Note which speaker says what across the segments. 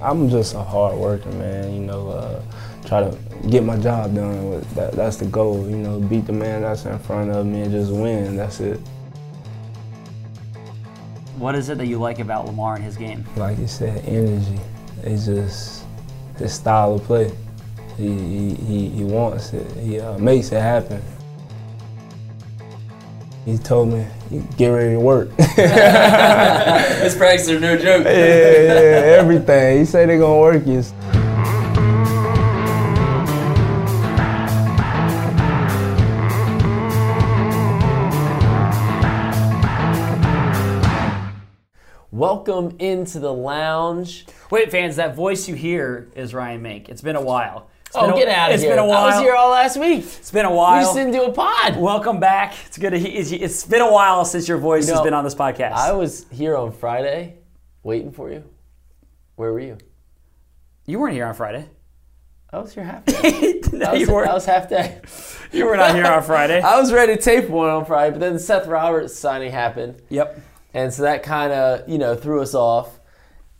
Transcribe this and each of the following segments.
Speaker 1: I'm just a hard worker, man. You know, uh, try to get my job done. That, that's the goal. You know, beat the man that's in front of me and just win. That's it.
Speaker 2: What is it that you like about Lamar and his game?
Speaker 1: Like you said, energy. It's just his style of play. He he, he, he wants it. He uh, makes it happen. He told me, "You get ready to work.
Speaker 3: His practices are no joke.
Speaker 1: yeah, yeah, everything. He say they gonna work you.
Speaker 3: Welcome into the lounge.
Speaker 2: Wait, fans, that voice you hear is Ryan Mink. It's been a while. It's been
Speaker 3: Oh,
Speaker 2: a-
Speaker 3: get out of here!
Speaker 2: It's been a
Speaker 3: I was
Speaker 2: while.
Speaker 3: here all last week.
Speaker 2: It's been a
Speaker 3: We
Speaker 2: while.
Speaker 3: just didn't do a pod.
Speaker 2: Welcome back. It's good to he- it's- It's been a while since your voice
Speaker 3: You know,
Speaker 2: has been on this podcast.
Speaker 3: I was here on Friday, waiting for you. Where were you?
Speaker 2: you weren't here on Friday.
Speaker 3: I was here half day.
Speaker 2: no,
Speaker 3: I was,
Speaker 2: you
Speaker 3: I
Speaker 2: weren't.
Speaker 3: was half day.
Speaker 2: You were not here on Friday.
Speaker 3: I was ready to tape one on Friday, but then Seth Roberts signing happened,
Speaker 2: yep.
Speaker 3: and so that kind of you know threw us off.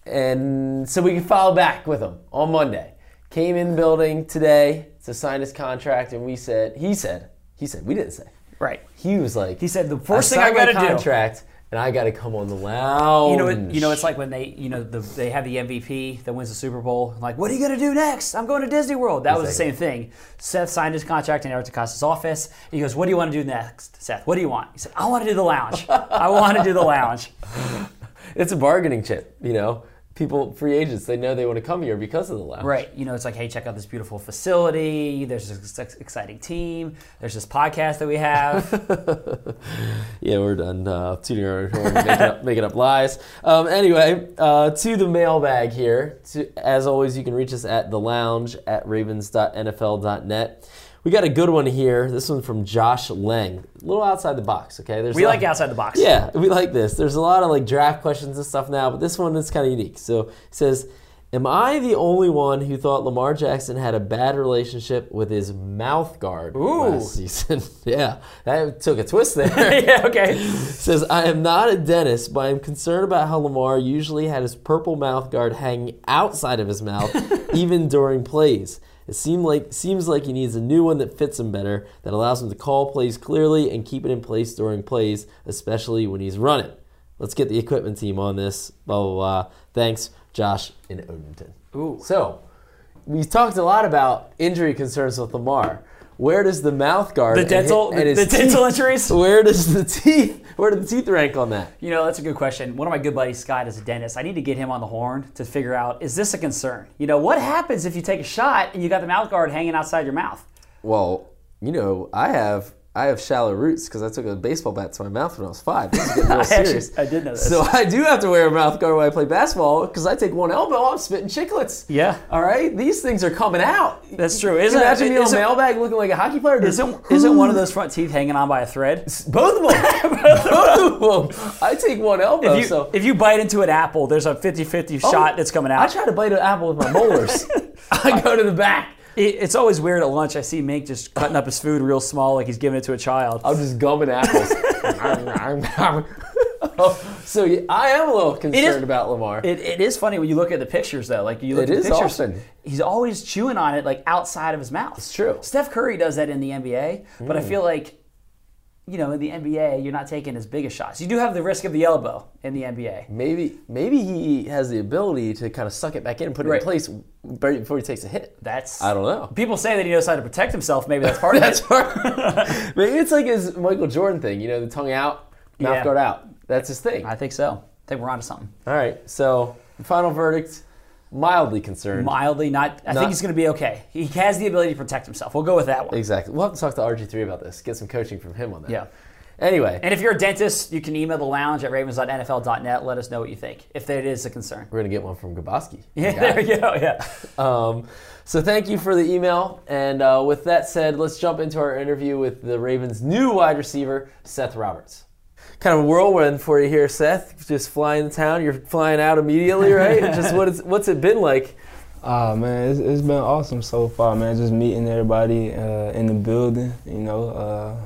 Speaker 3: And so we can follow back with him on Monday. Came in the building today to sign his contract, and we said he said he said we didn't say.
Speaker 2: Right.
Speaker 3: He was like
Speaker 2: He said, "The first thing I
Speaker 3: signed my
Speaker 2: gotta do."
Speaker 3: contract, and I got to come on the lounge.
Speaker 2: You know, it, you know, it's like when they, you know, the, they have the MVP that wins the Super Bowl. Like, what are you gonna do next? I'm going to Disney World. That was the same thing. Seth signed his contract in Eric DaCosta's office. He goes, "What do you want to do next, Seth? What do you want?" He said, "I want to do the lounge. I want to do the lounge."
Speaker 3: it's a bargaining chip. You know, people free agents they know they want to come here because of the lounge.
Speaker 2: Right. You know, it's like, hey, check out this beautiful facility. There's this ex- exciting team. There's this podcast that we have.
Speaker 3: Yeah, we're done uh, tooting our horn, making, up, making up lies. Um, anyway, uh, to the mailbag here. To, as always, you can reach us at the lounge at ravens.nfl.net. We got a good one here. This one from Josh Lang. A little outside the box, okay? There's
Speaker 2: we
Speaker 3: a-
Speaker 2: like outside the box.
Speaker 3: Yeah, we like this. There's a lot of like draft questions and stuff now, but this one is kind of unique. So it says, Am I the only one who thought Lamar Jackson had a bad relationship with his mouth guard last season? yeah, that took a twist there.
Speaker 2: yeah. Okay.
Speaker 3: says, I am not a dentist, but I'm concerned about how Lamar usually had his purple mouth guard hanging outside of his mouth, even during plays. It seemed like, seems like he needs a new one that fits him better, that allows him to call plays clearly and keep it in place during plays, especially when he's running. Let's get the equipment team on this. Blah, blah, blah. Thanks, Josh in Odenton.
Speaker 2: Ooh.
Speaker 3: So, we talked a lot about injury concerns with Lamar. Where does the mouth guard
Speaker 2: The
Speaker 3: and hi-
Speaker 2: dental,
Speaker 3: and his
Speaker 2: the dental
Speaker 3: teeth-
Speaker 2: injuries.
Speaker 3: where does the teeth? Where do the teeth rank on that?
Speaker 2: You know, that's a good question. One of my good buddies, Scott, is a dentist. I need to get him on the horn to figure out is this a concern? You know, what happens if you take a shot and you got the mouth guard hanging outside your mouth?
Speaker 3: Well, you know, I have I have shallow roots because I took a baseball bat to my mouth when I was five. This is getting real
Speaker 2: actually-
Speaker 3: Oh, serious.
Speaker 2: I did know this.
Speaker 3: So I do have to wear a mouth guard when I play basketball because I take one elbow, I'm spitting chicklets.
Speaker 2: Yeah.
Speaker 3: All right, these things are coming out.
Speaker 2: That's true.
Speaker 3: Can you
Speaker 2: Isn't
Speaker 3: imagine me on a
Speaker 2: isn't,
Speaker 3: mailbag looking like a hockey player?
Speaker 2: isn't, isn't one of those front teeth hanging on by a thread?
Speaker 3: both of them? both of them. I take one elbow.
Speaker 2: If you,
Speaker 3: so
Speaker 2: if you bite into an apple, there's a 50 50 shot that's coming
Speaker 3: Oh, I
Speaker 2: out.
Speaker 3: try to bite an apple with my molars. I go to the back.
Speaker 2: It- it's always weird at lunch. I see Mink just cutting up his food real small, like he's giving it to a child.
Speaker 3: I'm just gumming apples. so yeah, I am a little concerned about Lamar.
Speaker 2: It, it is funny when you look at the pictures, though. Like you look
Speaker 3: It
Speaker 2: at the
Speaker 3: is
Speaker 2: pictures,
Speaker 3: often.
Speaker 2: he's always chewing on it, like outside of his mouth. It's
Speaker 3: true. Hmm.
Speaker 2: Steph Curry does that in the NBA, but I feel like, you know, in the NBA, you're not taking as big a shots. You do have the risk of the elbow in the NBA.
Speaker 3: maybe maybe he has the ability to kind of suck it back in and put it
Speaker 2: Right.
Speaker 3: in place very- before he takes a hit.
Speaker 2: That's
Speaker 3: I don't know.
Speaker 2: People say that he knows how to protect himself. Maybe that's part of
Speaker 3: That's
Speaker 2: it.
Speaker 3: hard. maybe it's like his Michael Jordan thing, you know, the tongue out, mouth
Speaker 2: Yeah.
Speaker 3: guard out. That's his thing.
Speaker 2: I think so. I think we're onto something.
Speaker 3: All right. So the final verdict, mildly concerned.
Speaker 2: Mildly, not. I
Speaker 3: Not-
Speaker 2: think he's going to be okay. He has the ability to protect himself. We'll go with that one.
Speaker 3: exactly. We'll have to talk to RG3 about this. Get some coaching from him on that.
Speaker 2: Yeah.
Speaker 3: Anyway,
Speaker 2: And if you're a dentist, you can email the lounge at ravens.nfl.net. Let us know what you think, if that is a concern.
Speaker 3: we're gonna get one from Gaboski.
Speaker 2: Yeah, there you go. Yeah.
Speaker 3: Um, so thank you for the email. And uh, with that said, let's jump into our interview with the Ravens' new wide receiver, Seth Roberts. Kind of a whirlwind for you here, Seth. Just flying to town. You're flying out immediately, right? Just what it's, what's it been like?
Speaker 1: Ah man, it's, it's been awesome so far, man. Just meeting everybody uh, in the building, you know, uh,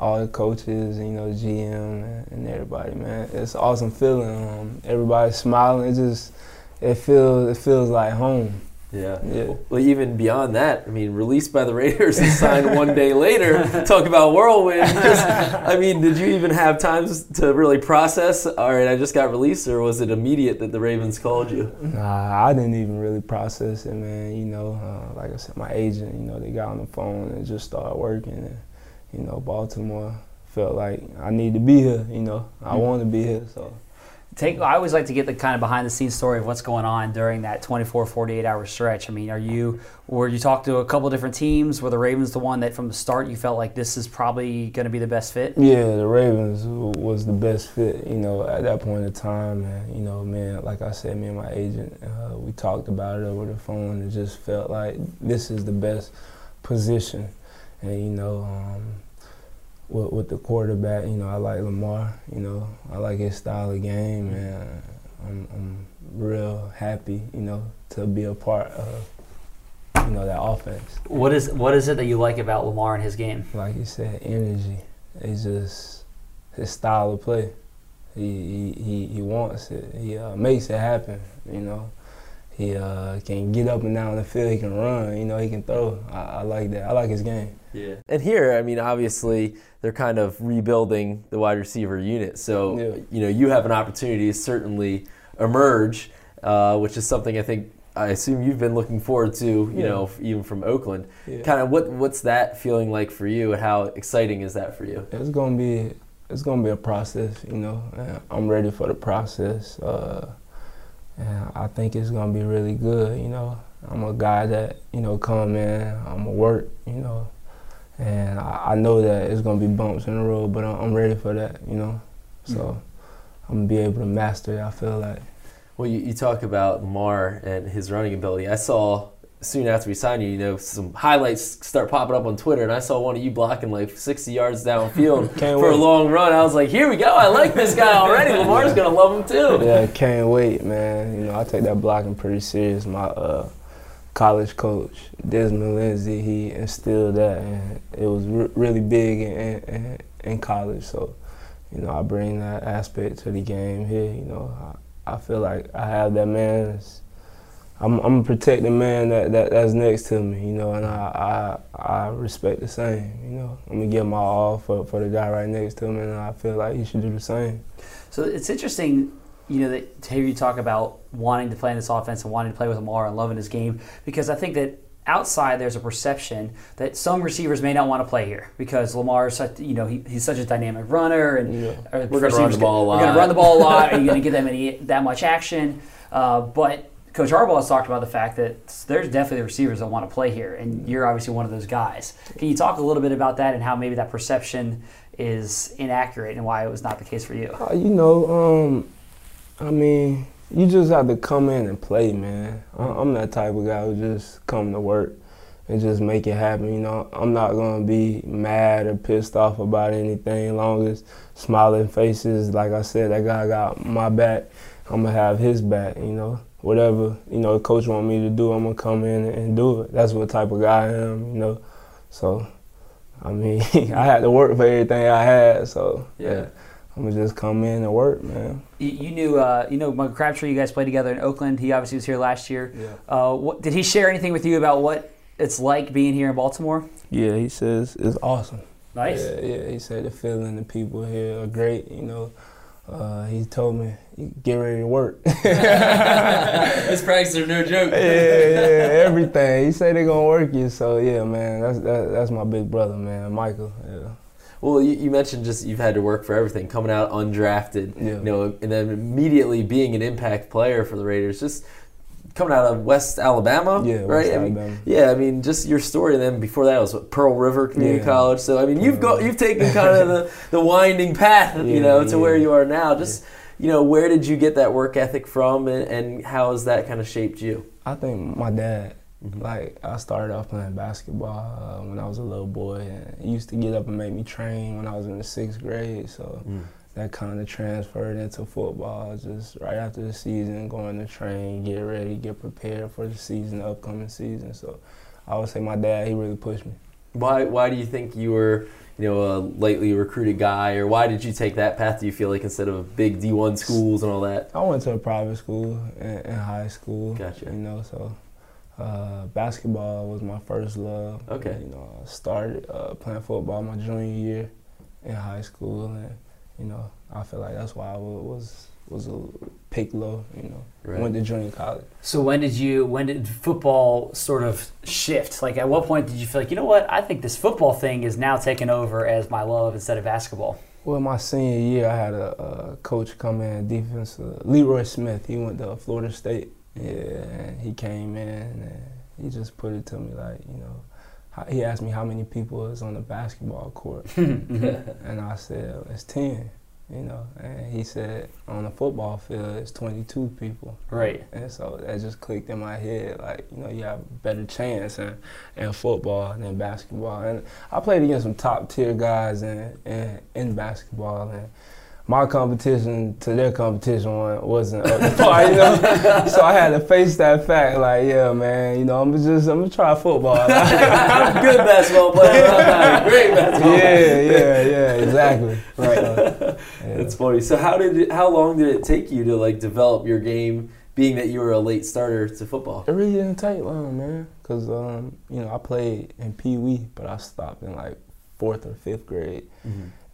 Speaker 1: all the coaches, you know, GM and everybody, man. It's an awesome feeling. Um, everybody's smiling. It's just it feels it feels like home.
Speaker 3: Yeah.
Speaker 1: Yeah.
Speaker 3: Well, even beyond that, I mean, released by the Raiders and signed one day later. Talk about whirlwind. Just, I mean, did you even have times to really process? All right, I just got released, or was it immediate that the Ravens called you?
Speaker 1: Nah, I didn't even really process it, man. You know, uh, like I said, my agent, you know, they got on the phone and just started working. And, you know, Baltimore felt like I need to be here. You know, I want to be here. So
Speaker 2: Take, I always like to get the kind of behind the scenes story of what's going on during that 24, 48 hour stretch. I mean, are you, were you talked to a couple different teams? Were the Ravens the one that from the start you felt like this is probably going to be the best fit?
Speaker 1: yeah, the Ravens w- was the best fit. You know, at that point in time, and you know, man, like I said, me and my agent, uh, we talked about it over the phone and just felt like this is the best position. And you know, um, with, with the quarterback, you know, I like Lamar. You know, I like his style of game, and I'm, I'm real happy, you know, to be a part of, you know, that offense.
Speaker 2: What is, what is it that you like about Lamar and his game?
Speaker 1: Like you said, energy. It's just his style of play. He he he, he wants it. He uh, makes it happen. You know. He uh, can get up and down the field. He can run. You know, he can throw. I, I like that. I like his game.
Speaker 3: Yeah. And here, I mean, obviously, they're kind of rebuilding the wide receiver unit. So,
Speaker 1: Yeah.
Speaker 3: you know, you have an opportunity to certainly emerge, uh, which is something I think I assume you've been looking forward to, you
Speaker 1: Yeah.
Speaker 3: know, f- even from Oakland.
Speaker 1: Yeah.
Speaker 3: Kind of what what's that feeling like for you? and How exciting is that for you?
Speaker 1: It's gonna be it's gonna be a process, you know. And I'm ready for the process, uh, and I think it's gonna be really good, you know. I'm a guy that you know come in, I'm gonna work, you know, and I, I know that it's gonna be bumps in the road, but I'm, I'm ready for that, you know. So I'm gonna be able to master it. I feel like.
Speaker 3: Well, you, you talk about Lamar and his running ability. I saw soon after we signed you, you know, some highlights start popping up on Twitter, and I saw one of you blocking like 60 yards downfield
Speaker 1: Can't
Speaker 3: for a
Speaker 1: wait.
Speaker 3: long run. I was like, here we go. I like this guy already. Lamar's going to love him too.
Speaker 1: Yeah, can't wait, man. You know, I take that blocking pretty serious. My uh, college coach, Desmond Lindsay, he instilled that, and it was re- really big in, in, in college. So, you know, I bring that aspect to the game here. You know, I, I feel like I have that man. that's- I'm I'm protect the man that, that that's next to me. You know, and I, I I respect the same. You know, I'm gonna give my all for for the guy right next to him, and I feel like he should do the same.
Speaker 2: So it's interesting, you know, that to hear you talk about wanting to play in this offense and wanting to play with Lamar and loving his game, because I think that outside there's a perception that some receivers may not want to play here because Lamar is such, you know, he, he's such a dynamic runner and
Speaker 1: Yeah.
Speaker 2: or
Speaker 3: We're gonna run the ball
Speaker 2: We're
Speaker 3: a
Speaker 2: going
Speaker 3: lot.
Speaker 2: to run the ball a lot. Are you going to get that many that much action? Uh, but Coach Harbaugh has talked about the fact that there's definitely receivers that want to play here, and you're obviously one of those guys. Can you talk a little bit about that and how maybe that perception is inaccurate and why it was not the case for you?
Speaker 1: Uh, you know, um, I mean, you just have to come in and play, man. I- I'm that type of guy who just come to work and just make it happen. You know, I'm not gonna be mad or pissed off about anything. Long as smiling faces, like I said, that guy got my back. I'm gonna have his back. You know, whatever you know, the coach want me to do, I'm gonna come in and do it. That's what type of guy I am. You know, so. I mean, I had to work for everything I had, so
Speaker 3: Yeah.
Speaker 1: I'm gonna just come in and work, man.
Speaker 2: You, you knew, uh, you know, Michael Crabtree. You guys played together in Oakland. He obviously was here last year.
Speaker 1: Yeah.
Speaker 2: Uh, what, did he share anything with you about what it's like being here in Baltimore?
Speaker 1: Yeah, he says it's awesome.
Speaker 2: Nice.
Speaker 1: Yeah, yeah. He said the feeling the people here are great. You know, uh, he told me get ready to work.
Speaker 3: His practice are no joke.
Speaker 1: yeah, yeah, everything. He said they're gonna work you. So yeah, man, that's that, that's my big brother, man, Michael. Yeah.
Speaker 3: Well, you, you mentioned just you've had to work for everything, coming out undrafted,
Speaker 1: Yeah.
Speaker 3: you know, and then immediately being an impact player for the Raiders. Just coming out of West Alabama,
Speaker 1: Yeah, West
Speaker 3: right? I mean,
Speaker 1: Alabama.
Speaker 3: yeah, I mean, just your story. And then before that was what, Pearl River Community
Speaker 1: Yeah.
Speaker 3: College. So I mean, you've
Speaker 1: Pearl
Speaker 3: got you've taken kind of the, the winding path, you
Speaker 1: Yeah,
Speaker 3: know, to
Speaker 1: yeah.
Speaker 3: where you are now. Just you know, where did you get that work ethic from, and, and how has that kind of shaped you?
Speaker 1: I think my dad, like, I started off playing basketball uh, when I was a little boy, and he used to get up and make me train when I was in the sixth grade. So that kind of transferred into football. Just right after the season, going to train, get ready, get prepared for the season, the upcoming season. So I would say my dad, he really pushed me.
Speaker 3: Why why do you think you were you know a lightly recruited guy, or why did you take that path? Do you feel like instead of big D one schools and all that?
Speaker 1: I went to a private school in, in high school.
Speaker 3: Gotcha.
Speaker 1: You know, so uh, basketball was my first love.
Speaker 3: Okay.
Speaker 1: You know, I started uh, playing football my junior year in high school, and you know, I feel like that's why I wa- was was a pick low. You know,
Speaker 3: Right.
Speaker 1: went to junior college.
Speaker 2: So when did you when did football sort of shift? Like at what point did you feel like, you know what, I think this football thing is now taking over as my love instead of basketball?
Speaker 1: Well, my senior year, I had a, uh coach come in, defense, uh, Leroy Smith. He went to Florida State. Yeah, and he came in and he just put it to me like, you know, how, he asked me how many people is on the basketball court, and I said it's ten. You know, and he said on the football field it's 22 people,
Speaker 2: Right.
Speaker 1: and so that just clicked in my head. Like you know, you have a better chance in, in football than basketball. And I played against some top tier guys in, in in basketball, and my competition to their competition wa- wasn't up to par. You know, so I had to face that fact. Like, yeah, man, you know, I'm just I'm gonna try football.
Speaker 3: I'm a good basketball player. I'm not a great basketball.
Speaker 1: yeah, yeah, yeah, exactly. Right.
Speaker 3: That's funny. So how did it, how long did it take you to like develop your game, being that you were a late starter to football?
Speaker 1: It really didn't take long, man. Cause um, you know, I played in Pee Wee, but I stopped in like fourth or fifth grade,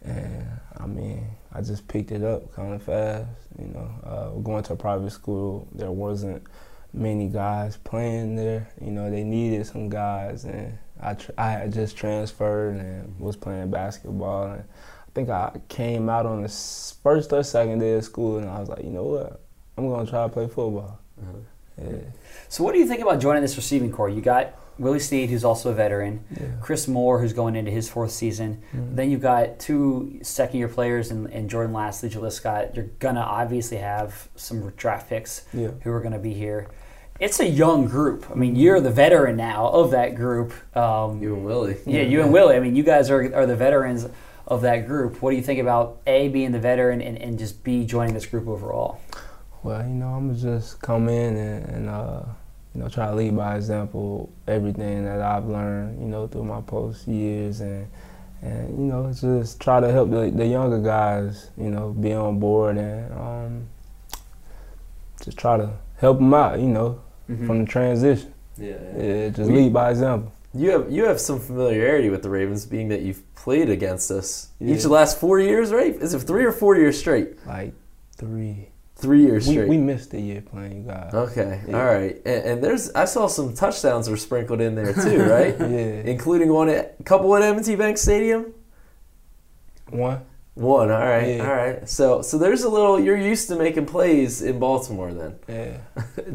Speaker 1: and I mean, I just picked it up kind of fast. You know, uh, going to a private school, there wasn't many guys playing there. You know, they needed some guys, and I tr- I had just transferred and was playing basketball. And I think I came out on the s- first or second day of school, and I was like, you know what, I'm gonna try to play football.
Speaker 3: Uh-huh.
Speaker 1: Yeah.
Speaker 2: So what do you think about joining this receiving core? You got Willie Snead, who's also a veteran,
Speaker 1: yeah.
Speaker 2: Chris Moore, who's going into his fourth season. Then you've got two second year players and, and Jordan Lastly, Jaleel Scott. You're gonna obviously have some draft picks
Speaker 1: Yeah.
Speaker 2: who are gonna be here. It's a young group. I mean, you're the veteran now of that group. Um,
Speaker 3: You and Willie.
Speaker 2: Yeah, you and Willie. I mean, you guys are, are the veterans of that group. What do you think about A, being the veteran, and, and just B, joining this group overall?
Speaker 1: Well, you know, I'm just come in and, and uh, you know try to lead by example. Everything that I've learned, you know, through my post years and and you know just try to help the, the younger guys, you know, be on board and um, just try to help them out, you know, from the transition.
Speaker 3: Yeah.
Speaker 1: Yeah, just
Speaker 3: Mm-hmm. We-
Speaker 1: lead by example.
Speaker 3: You have you have some familiarity with the Ravens, being that you've played against us each
Speaker 1: Yeah.
Speaker 3: of the last four years, right? Is it three or four years straight?
Speaker 1: Like three,
Speaker 3: Three years
Speaker 1: we,
Speaker 3: straight.
Speaker 1: we missed a year playing you guys.
Speaker 3: okay.
Speaker 1: Yeah.
Speaker 3: All right. And, and there's I saw some touchdowns were sprinkled in there too, right?
Speaker 1: Yeah,
Speaker 3: Including one at couple at M&T Bank Stadium.
Speaker 1: one.
Speaker 3: One. All right.
Speaker 1: Yeah.
Speaker 3: All right. So so there's a little. You're used to making plays in Baltimore then.
Speaker 1: Yeah.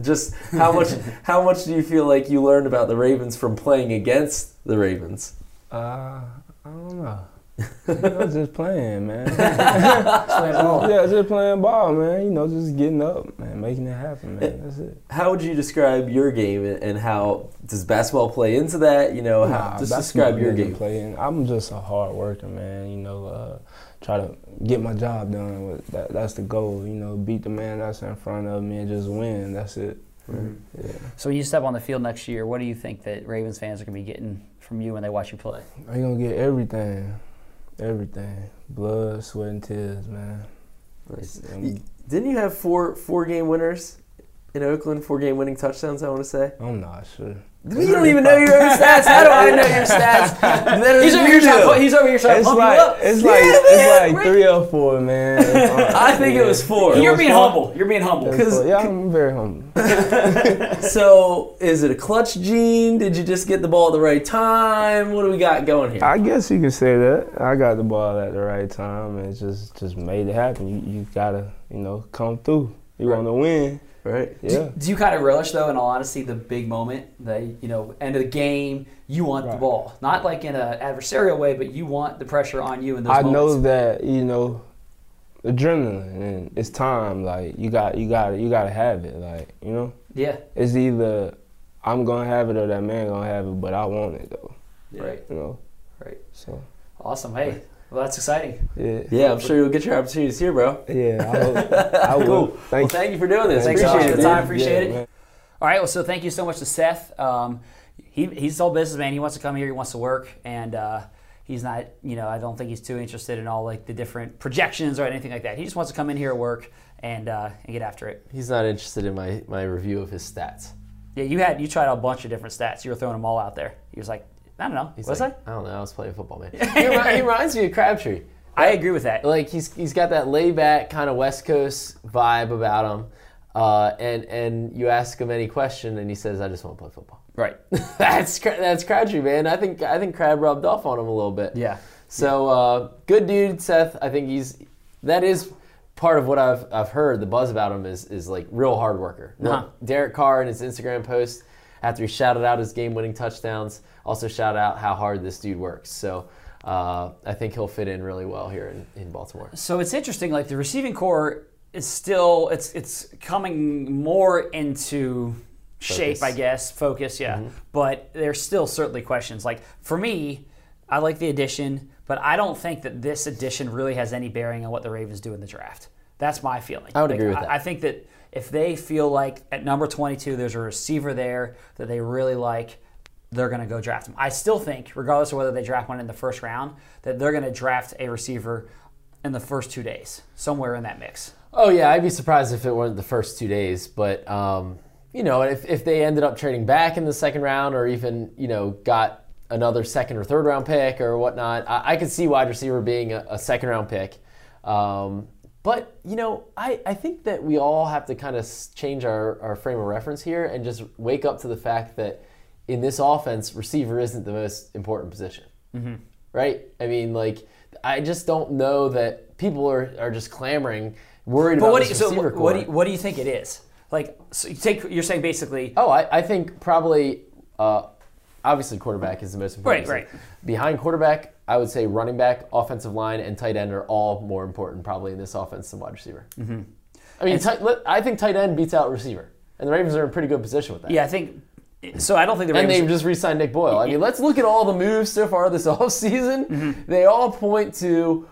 Speaker 3: Just how much how much do you feel like you learned about the Ravens from playing against the Ravens?
Speaker 1: Uh, I don't know. You know, just playing, man. Yeah, just playing ball, man. You know, just getting up, man, making it happen, man. That's it.
Speaker 3: How would you describe your game and- and how does basketball play into that? You know, how,
Speaker 1: Nah,
Speaker 3: Oh, just
Speaker 1: that's
Speaker 3: describe
Speaker 1: my
Speaker 3: your
Speaker 1: nigga
Speaker 3: game.
Speaker 1: Playing. I'm just a hard worker, man. You know, uh, try to get my job done. With that, that's the goal. You know, beat the man that's in front of me and just win. That's it.
Speaker 3: Mm-hmm.
Speaker 1: Yeah.
Speaker 2: So when you step on the field next year, what do you think that Ravens fans are going to be getting from you when they watch you play?
Speaker 1: They gonna get everything, everything. Blood, sweat, and tears, man.
Speaker 3: Nice.
Speaker 1: I'm,
Speaker 3: Didn't you have four four game winners in Oakland? Four game winning touchdowns. I want to say.
Speaker 1: I'm not sure.
Speaker 3: We don't even know your own stats. How do I know your stats? Better
Speaker 2: He's
Speaker 3: than
Speaker 2: over here
Speaker 3: you
Speaker 2: trying to
Speaker 3: do.
Speaker 2: put- he's over here trying to
Speaker 1: It's
Speaker 2: pump you
Speaker 1: like
Speaker 2: up.
Speaker 1: it's like it's like three or four, man.
Speaker 3: I think it was four.
Speaker 2: You're
Speaker 1: was
Speaker 2: being
Speaker 1: fun.
Speaker 2: humble. You're being humble.
Speaker 1: Because yeah, I'm very humble.
Speaker 3: So, is it a clutch gene? Did you just get the ball at the right time? What do we got going here?
Speaker 1: I guess you could say that. I got the ball at the right time and just just made it happen. You you gotta you know come through. You want to win,
Speaker 3: Right.
Speaker 1: yeah.
Speaker 2: Do you kind of relish, though, in all honesty, the big moment, the you know end of the game? You want the
Speaker 1: Right.
Speaker 2: ball, not like in an adversarial way, but you want the pressure on you in those
Speaker 1: I
Speaker 2: moments.
Speaker 1: know that you know adrenaline and it's time. Like you got you got you gotta have it. Like you know
Speaker 2: Yeah,
Speaker 1: it's either I'm gonna have it or that man gonna have it. But I want it though.
Speaker 2: right,
Speaker 1: You know.
Speaker 2: right.
Speaker 1: So
Speaker 2: Awesome. Hey, well, that's exciting.
Speaker 1: yeah.
Speaker 3: Yeah, I'm sure you'll get your opportunities here, bro.
Speaker 1: Yeah, I, hope, I will.
Speaker 3: Cool. well,
Speaker 1: Thank you.
Speaker 3: thank you for doing this.
Speaker 2: Thanks
Speaker 3: Appreciate
Speaker 2: for
Speaker 3: it.
Speaker 2: your time.
Speaker 3: dude.
Speaker 2: Appreciate it.
Speaker 1: man.
Speaker 2: All right. Well, so thank you so much to Seth. Um, he, he's all business man. He wants to come here. He wants to work, and uh, he's not. You know, I don't think he's too interested in all like the different projections or anything like that. He just wants to come in here, work, and uh, and get after it.
Speaker 3: He's not interested in my, my review of his stats.
Speaker 2: Yeah, you had you tried a bunch of different stats. You were throwing them all out there. He was like, I don't know,
Speaker 3: He's
Speaker 2: was
Speaker 3: like,
Speaker 2: I?
Speaker 3: I don't know. I was playing football, man. he, remi- he reminds me of Crabtree.
Speaker 2: I agree with that.
Speaker 3: Like he's he's got that laid back kind of West Coast vibe about him. Uh, and and you ask him any question, and he says, "I just want to play football."
Speaker 2: Right.
Speaker 3: that's Cra- that's Crabtree, man. I think I think Crab rubbed off on him a little bit.
Speaker 2: Yeah.
Speaker 3: So uh, good dude, Seth. I think he's that is part of what I've I've heard. The buzz about him is is like real hard worker.
Speaker 2: Uh-huh.
Speaker 3: Derek Carr in his Instagram post after he shouted out his game winning touchdowns, also shout out how hard this dude works. So uh, I think he'll fit in really well here in, in Baltimore.
Speaker 2: So it's interesting. Like the receiving core is still it's it's coming more into shape,
Speaker 3: Focus. Mm-hmm.
Speaker 2: I guess. Focus, yeah. But there's still certainly questions. Like for me, I like the addition, but I don't think that this addition really has any bearing on what the Ravens do in the draft. That's my feeling.
Speaker 3: I would
Speaker 2: Like,
Speaker 3: agree with that.
Speaker 2: I think that if they feel like at number 22 there's a receiver there that they really like, they're going to go draft him. I still think, regardless of whether they draft one in the first round, that they're going to draft a receiver in the first two days, somewhere in that mix.
Speaker 3: Oh yeah, I'd be surprised if it weren't the first two days. But um, you know, if, if they ended up trading back in the second round, or even you know got another second or third round pick or whatnot, I, I could see wide receiver being a, a second round pick. Um, but you know, I, I think that we all have to kind of change our, our frame of reference here and just wake up to the fact that in this offense, receiver isn't the most important position
Speaker 2: Mm-hmm.
Speaker 3: right? I mean, like, I just don't know that people are, are just clamoring, worried
Speaker 2: But
Speaker 3: about
Speaker 2: what do,
Speaker 3: this
Speaker 2: you, so
Speaker 3: receiver
Speaker 2: what, what do
Speaker 3: core.
Speaker 2: you, what do you think it is? Like, so you take, you're saying basically,
Speaker 3: oh, I, I think probably, uh, obviously, quarterback is the most important.
Speaker 2: Right,
Speaker 3: position. Behind quarterback, I would say running back, offensive line, and tight end are all more important probably in this offense than wide receiver. Mm-hmm. I mean, tight, let- I think tight end beats out receiver, and the Ravens are in pretty good position with that.
Speaker 2: yeah, I think. So I don't think the
Speaker 3: And
Speaker 2: Ravens.
Speaker 3: they've just re-signed Nick Boyle. I mean, let's look at all the moves so far this offseason. They all point to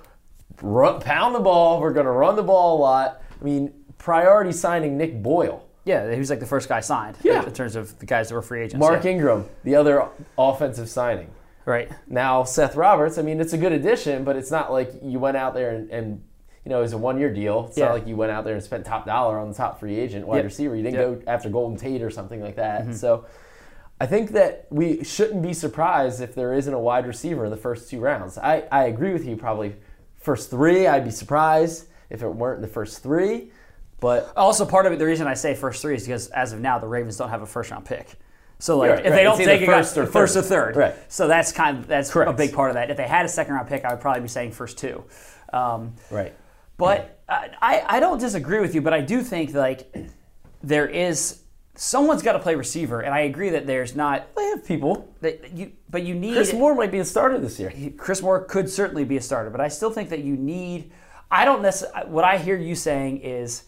Speaker 3: run, pound the ball. We're going to run the ball a lot. I mean, priority signing Nick Boyle,
Speaker 2: yeah, he was like the first guy signed.
Speaker 3: Yeah.
Speaker 2: In terms of the guys that were free agents.
Speaker 3: Mark
Speaker 2: yeah.
Speaker 3: Ingram, the other offensive signing.
Speaker 2: Right.
Speaker 3: Now Seth Roberts. I mean, it's a good addition, but it's not like you went out there and. and you know, it was a one-year deal. It's
Speaker 2: Yeah.
Speaker 3: not like you went out there and spent top dollar on the top free agent wide
Speaker 2: Yep.
Speaker 3: receiver. You didn't
Speaker 2: Yep.
Speaker 3: go after Golden Tate or something like that. So, I think that we shouldn't be surprised if there isn't a wide receiver in the first two rounds. I, I agree with you, probably first three, I'd be surprised if it weren't the first three. But
Speaker 2: Also, part of it, the reason I say first three is because as of now, the Ravens don't have a first round pick. So like,
Speaker 3: Right,
Speaker 2: if
Speaker 3: right.
Speaker 2: they don't
Speaker 3: It's either
Speaker 2: take a guy-
Speaker 3: first or
Speaker 2: first or
Speaker 3: third.
Speaker 2: third,
Speaker 3: Right.
Speaker 2: so that's kind of that's a
Speaker 3: Correct.
Speaker 2: big part of that. If they had a second round pick, I would probably be saying first two. Um,
Speaker 3: right.
Speaker 2: but I, I I don't disagree with you, but I do think like there is someone's got to play receiver, and I agree that there's not
Speaker 3: They have people.
Speaker 2: that you but you need
Speaker 3: Chris Moore might be a starter this year.
Speaker 2: Chris Moore could certainly be a starter, but I still think that you need. I don't necessarily. What I hear you saying is,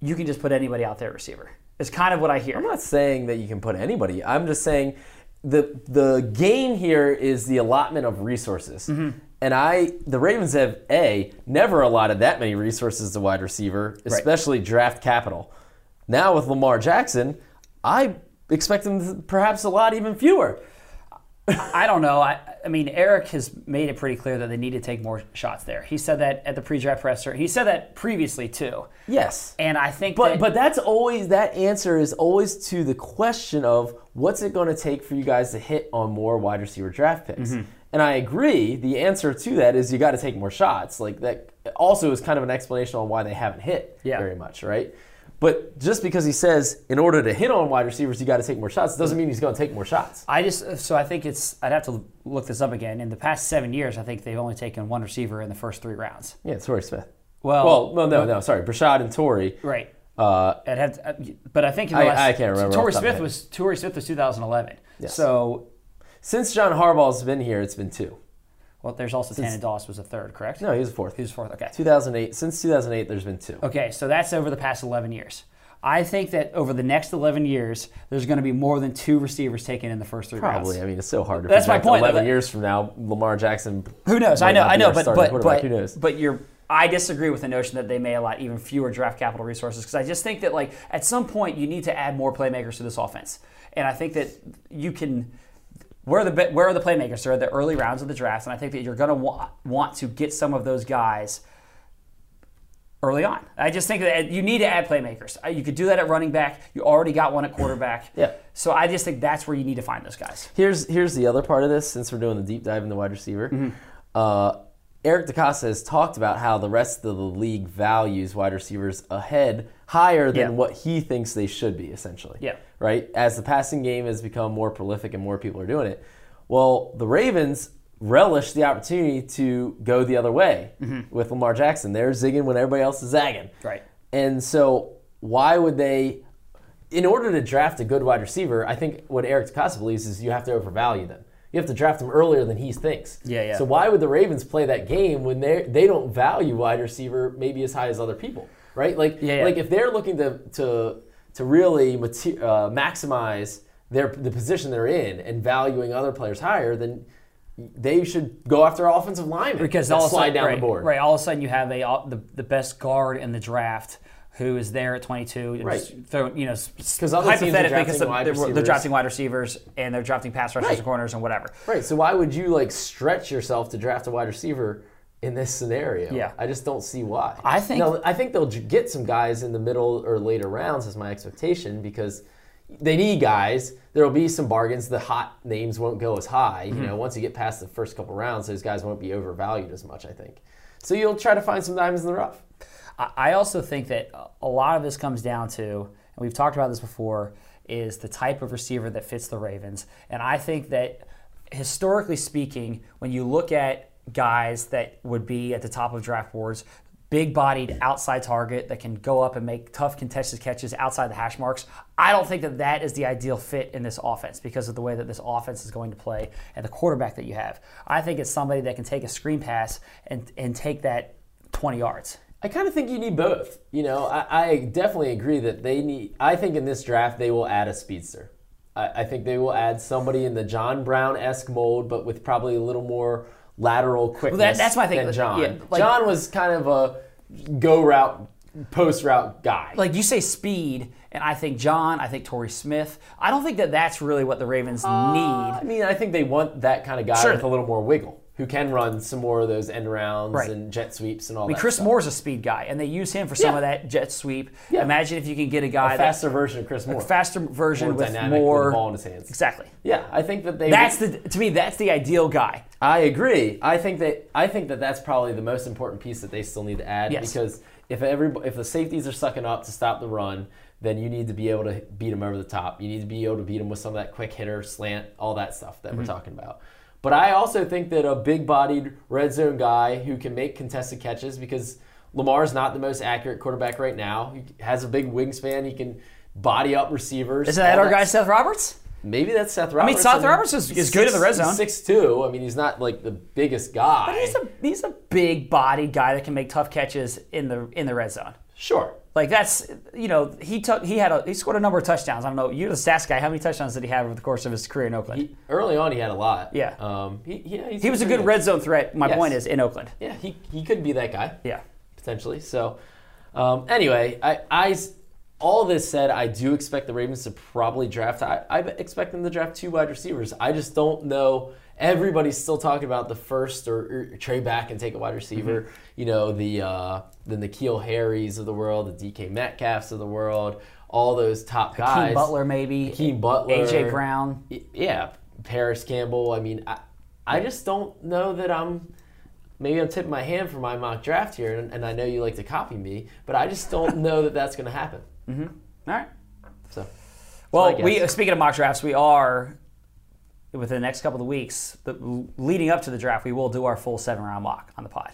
Speaker 2: you can just put anybody out there at receiver. It's kind of what I hear.
Speaker 3: I'm not saying that you can put anybody. I'm just saying the the game here is the allotment of resources. And I the Ravens have A never allotted that many resources to wide receiver, especially draft capital. Now with Lamar Jackson, I expect them to perhaps a lot even fewer.
Speaker 2: I don't know. I, I mean, Eric has made it pretty clear that they need to take more shots there. He said that at the pre-draft presser. He said that previously too.
Speaker 3: Yes.
Speaker 2: And I think,
Speaker 3: But
Speaker 2: that-
Speaker 3: but that's always that answer is always to the question of what's it going to take for you guys to hit on more wide receiver draft picks.
Speaker 2: Mm-hmm.
Speaker 3: And I agree. The answer to that is you got to take more shots. Like that also is kind of an explanation on why they haven't hit
Speaker 2: Yeah.
Speaker 3: very much, right? But just because he says in order to hit on wide receivers you got to take more shots doesn't mean he's going to take more shots.
Speaker 2: I just so I think it's. I'd have to look this up again. In the past seven years, I think they've only taken one receiver in the first three rounds.
Speaker 3: Yeah, Torrey Smith.
Speaker 2: Well-
Speaker 3: well, no, no, no. Sorry, Brashad and Torrey.
Speaker 2: Right.
Speaker 3: Uh,
Speaker 2: It had, uh, but I think in the
Speaker 3: I-
Speaker 2: last,
Speaker 3: I can't remember off
Speaker 2: Torrey
Speaker 3: the top of my
Speaker 2: Smith
Speaker 3: head.
Speaker 2: was Torrey Smith was 2011. So,
Speaker 3: since John Harbaugh's been here, it's been two.
Speaker 2: well, there's also Tanner Doss was a third, correct?
Speaker 3: No, he was fourth.
Speaker 2: he was fourth. Okay.
Speaker 3: 2008. Since 2008, there's been two.
Speaker 2: Okay, so that's over the past 11 years. I think that over the next 11 years, there's going to be more than two receivers taken in the first three
Speaker 3: Probably.
Speaker 2: rounds.
Speaker 3: I mean, it's so hard to.
Speaker 2: That's my
Speaker 3: project
Speaker 2: point,
Speaker 3: Eleven
Speaker 2: though.
Speaker 3: years from now, Lamar Jackson.
Speaker 2: Who knows?
Speaker 3: might
Speaker 2: I know,
Speaker 3: not
Speaker 2: I
Speaker 3: be
Speaker 2: know,
Speaker 3: our
Speaker 2: but
Speaker 3: starting
Speaker 2: but
Speaker 3: quarterback.
Speaker 2: but,
Speaker 3: who knows?
Speaker 2: but you're. I- I disagree with the notion that they may allot even fewer draft capital resources because I just think that like at some point you need to add more playmakers to this offense, and I think that you can. Where are the be- where are the playmakers? They're at the early rounds of the draft, and I think that you're going to wa- want to get some of those guys early on. I just think that you need to add playmakers. Uh, You could do that at running back. You already got one at quarterback.
Speaker 3: Yeah.
Speaker 2: So I just think that's where you need to find those guys.
Speaker 3: Here's here's the other part of this. Since we're doing the deep dive in the wide receiver,
Speaker 2: Mm-hmm.
Speaker 3: uh, Eric DaCosta has talked about how the rest of the league values wide receivers ahead higher than
Speaker 2: Yeah.
Speaker 3: what he thinks they should be, essentially.
Speaker 2: Yeah.
Speaker 3: Right. As the passing game has become more prolific and more people are doing it, well, the Ravens relish the opportunity to go the other way
Speaker 2: Mm-hmm.
Speaker 3: with Lamar Jackson. They're zigging when everybody else is zagging.
Speaker 2: Right.
Speaker 3: And so, why would they? In order to draft a good wide receiver, I think what Eric DaCosta believes is you have to overvalue them. You have to draft them earlier than he thinks.
Speaker 2: Yeah, yeah.
Speaker 3: So why would the Ravens play that game when they they don't value wide receiver maybe as high as other people, right? Like,
Speaker 2: Yeah, yeah.
Speaker 3: like if they're looking to to to really mate- uh, maximize their the position they're in and valuing other players higher, then they should go after offensive linemen
Speaker 2: because
Speaker 3: that
Speaker 2: all of a
Speaker 3: slide
Speaker 2: sudden,
Speaker 3: down
Speaker 2: right,
Speaker 3: the board.
Speaker 2: Right, all of a sudden you have a all- the, the best guard in the draft who is there at 22.
Speaker 3: Right.
Speaker 2: Throwing, you know,
Speaker 3: Because
Speaker 2: because
Speaker 3: other teams are
Speaker 2: hypothetically,
Speaker 3: drafting
Speaker 2: because the-
Speaker 3: wide
Speaker 2: they're, they're
Speaker 3: receivers.
Speaker 2: drafting wide receivers and they're drafting pass rushers
Speaker 3: Right.
Speaker 2: and corners and whatever.
Speaker 3: Right. So why would you like stretch yourself to draft a wide receiver in this scenario?
Speaker 2: Yeah.
Speaker 3: I just don't see why.
Speaker 2: I think-
Speaker 3: No, I think they'll j- get some guys in the middle or later rounds is my expectation because they need guys. There'll be some bargains. The hot names won't go as high.
Speaker 2: Mm-hmm.
Speaker 3: You know, once you get past the first couple rounds, those guys won't be overvalued as much. I think. So you'll try to find some diamonds in the rough.
Speaker 2: I I also think that a lot of this comes down to, and we've talked about this before, is the type of receiver that fits the Ravens. And I think that historically speaking, when you look at guys that would be at the top of draft boards, big bodied outside target that can go up and make tough contested catches outside the hash marks, I don't think that that is the ideal fit in this offense because of the way that this offense is going to play and the quarterback that you have. I think it's somebody that can take a screen pass and, and take that 20 yards.
Speaker 3: I kind of think you need both. You know, I, I definitely agree that they need. I think in this draft they will add a speedster. I, I think they will add somebody in the John Brown esque mold, but with probably a little more lateral quickness.
Speaker 2: that's my thing,
Speaker 3: Than
Speaker 2: like,
Speaker 3: John.
Speaker 2: yeah, like-
Speaker 3: John was kind of a go route, post route guy.
Speaker 2: like you say speed, and I think John, I think Torrey Smith. I don't think that that's really what the Ravens
Speaker 3: I
Speaker 2: need.
Speaker 3: mean, I think they want that kind of guy
Speaker 2: Sure.
Speaker 3: with a little more wiggle, who can run some more of those end rounds
Speaker 2: Right.
Speaker 3: and jet sweeps and all that.
Speaker 2: Chris
Speaker 3: stuff.
Speaker 2: Moore's a speed guy, and they use him for some
Speaker 3: Yeah.
Speaker 2: of that jet sweep.
Speaker 3: Yeah.
Speaker 2: Imagine if you can get a guy that's
Speaker 3: faster version of Chris Moore,
Speaker 2: faster version
Speaker 3: more
Speaker 2: with
Speaker 3: dynamic, with
Speaker 2: more
Speaker 3: the ball in his hands.
Speaker 2: exactly.
Speaker 3: Yeah, I think that they.
Speaker 2: That's the to me that's the ideal guy.
Speaker 3: I agree. I think that I think that that's probably the most important piece that they still need to add
Speaker 2: Yes.
Speaker 3: because if every if the safeties are sucking up to stop the run, then you need to be able to beat them over the top. You need to be able to beat them with some of that quick hitter slant, all that stuff that
Speaker 2: Mm-hmm.
Speaker 3: we're talking about. But I also think that a big-bodied red zone guy who can make contested catches because Lamar's not the most accurate quarterback right now. He has a big wingspan. He can body up receivers.
Speaker 2: Isn't that
Speaker 3: all
Speaker 2: our guy Seth Roberts?
Speaker 3: Maybe that's Seth Roberts.
Speaker 2: Seth Roberts is- is good in the red zone.
Speaker 3: Six two. I mean, he's not like the biggest guy.
Speaker 2: But he's a he's a big bodied guy that can make tough catches in the in the red zone.
Speaker 3: sure.
Speaker 2: Like that's you know he took he had a he scored a number of touchdowns. I don't know you're the stats guy. How many touchdowns did he have over the course of his career in Oakland?
Speaker 3: He, early on, he had a lot.
Speaker 2: Yeah.
Speaker 3: Um. He yeah, he's
Speaker 2: He was a
Speaker 3: pretty
Speaker 2: good red zone threat. My
Speaker 3: Yes.
Speaker 2: point is in Oakland.
Speaker 3: Yeah. He he could be that guy
Speaker 2: Yeah.
Speaker 3: potentially. So, um, anyway, I I s- all this said, I do expect the Ravens to probably draft. I, I expect them to draft two wide receivers. I just don't know. Everybody's still talking about the first or, or trade back and take a wide receiver.
Speaker 2: Mm-hmm.
Speaker 3: You know the uh, the Nikhil Harrys of the world, the DK Metcalfs of the world, all those top guys.
Speaker 2: Keem Butler maybe.
Speaker 3: Hakeem Butler,
Speaker 2: AJ Brown.
Speaker 3: Y- yeah, Paris Campbell. I mean, I, I just don't know that I'm. Maybe I'm tipping my hand for my mock draft here, and, and I know you like to copy me, but I just don't know that that's going to happen.
Speaker 2: All right.
Speaker 3: So,
Speaker 2: Well,
Speaker 3: my
Speaker 2: we
Speaker 3: guess.
Speaker 2: speaking of mock drafts, we are within the next couple of weeks, the, leading up to the draft, we will do our full seven round mock on the pod,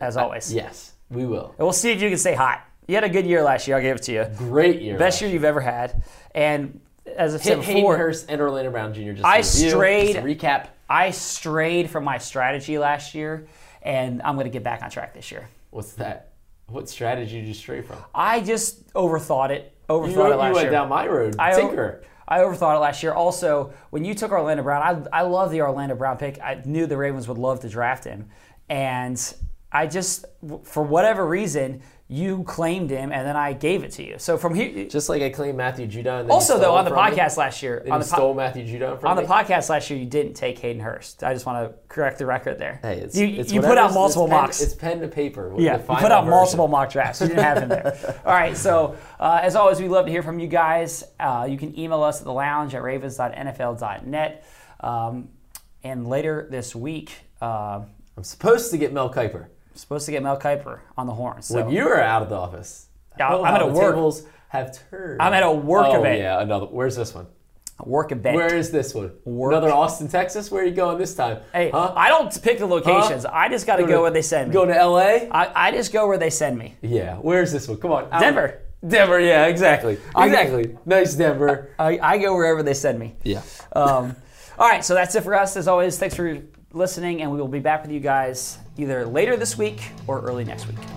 Speaker 2: as
Speaker 3: Uh,
Speaker 2: always.
Speaker 3: yes, we will.
Speaker 2: And we'll see if you can stay hot. You had a good year last year. I'll give it to you.
Speaker 3: Great year.
Speaker 2: Best
Speaker 3: last
Speaker 2: year you've ever had. And as I said
Speaker 3: Hit Hayden
Speaker 2: before,
Speaker 3: Hurst and Orlando Brown Jr. Just
Speaker 2: I
Speaker 3: to review,
Speaker 2: strayed-
Speaker 3: Just to recap.
Speaker 2: I strayed from my strategy last year, and I'm going to get back on track this year.
Speaker 3: What's that? What strategy did you stray from?
Speaker 2: I just overthought it. Overthought
Speaker 3: You,
Speaker 2: it last
Speaker 3: you went
Speaker 2: year.
Speaker 3: down my road.
Speaker 2: I,
Speaker 3: Tinker.
Speaker 2: I overthought it last year. Also, when you took Orlando Brown, I, I love the Orlando Brown pick. I knew the Ravens would love to draft him. And I just, for whatever reason, you claimed him, and then I gave it to you. So from here,
Speaker 3: Just like I claimed Matthew Judon. and then
Speaker 2: also
Speaker 3: you
Speaker 2: though
Speaker 3: stole
Speaker 2: on the
Speaker 3: from me.
Speaker 2: podcast last year,
Speaker 3: Then
Speaker 2: on
Speaker 3: you
Speaker 2: the po-
Speaker 3: stole Matthew Judon from
Speaker 2: on the
Speaker 3: me.
Speaker 2: podcast last year, you didn't take Hayden Hurst. I just want to correct the record there.
Speaker 3: Hey, it's,
Speaker 2: you
Speaker 3: it's
Speaker 2: you put
Speaker 3: whatever-
Speaker 2: out
Speaker 3: it's
Speaker 2: multiple
Speaker 3: pen-
Speaker 2: mocks.
Speaker 3: It's pen to paper.
Speaker 2: Yeah,
Speaker 3: The
Speaker 2: you
Speaker 3: final
Speaker 2: put out
Speaker 3: version.
Speaker 2: multiple mock drafts. You didn't have him there. All right, so uh, as always, we love to hear from you guys. Uh, you can email us at the lounge at ravens.nfl.net. Um, and later this week, uh,
Speaker 3: I'm supposed to get Mel Kiper
Speaker 2: I'm supposed to get Mel Kiper on the horn. So
Speaker 3: when you are out of the office.
Speaker 2: Yeah,
Speaker 3: Oh,
Speaker 2: I'm
Speaker 3: how
Speaker 2: at a
Speaker 3: the
Speaker 2: work-
Speaker 3: Tables have turned.
Speaker 2: I'm at a work
Speaker 3: oh,
Speaker 2: event.
Speaker 3: Yeah, another. Where's this one?
Speaker 2: work event.
Speaker 3: Where is this one?
Speaker 2: Work.
Speaker 3: Another Austin, Texas. Where are you going this time?
Speaker 2: hey,
Speaker 3: huh?
Speaker 2: I don't pick the locations.
Speaker 3: Huh?
Speaker 2: I just got to go where they send me.
Speaker 3: Going to L.A.
Speaker 2: I, I just go where they send me.
Speaker 3: Yeah. Where's this one? Come on. Out-
Speaker 2: Denver.
Speaker 3: Denver. Yeah. Exactly. Exactly. nice Denver.
Speaker 2: I, I go wherever they send me.
Speaker 3: Yeah.
Speaker 2: Um, all right, so that's it for us. As always, thanks for listening, and we will be back with you guys either later this week or early next week.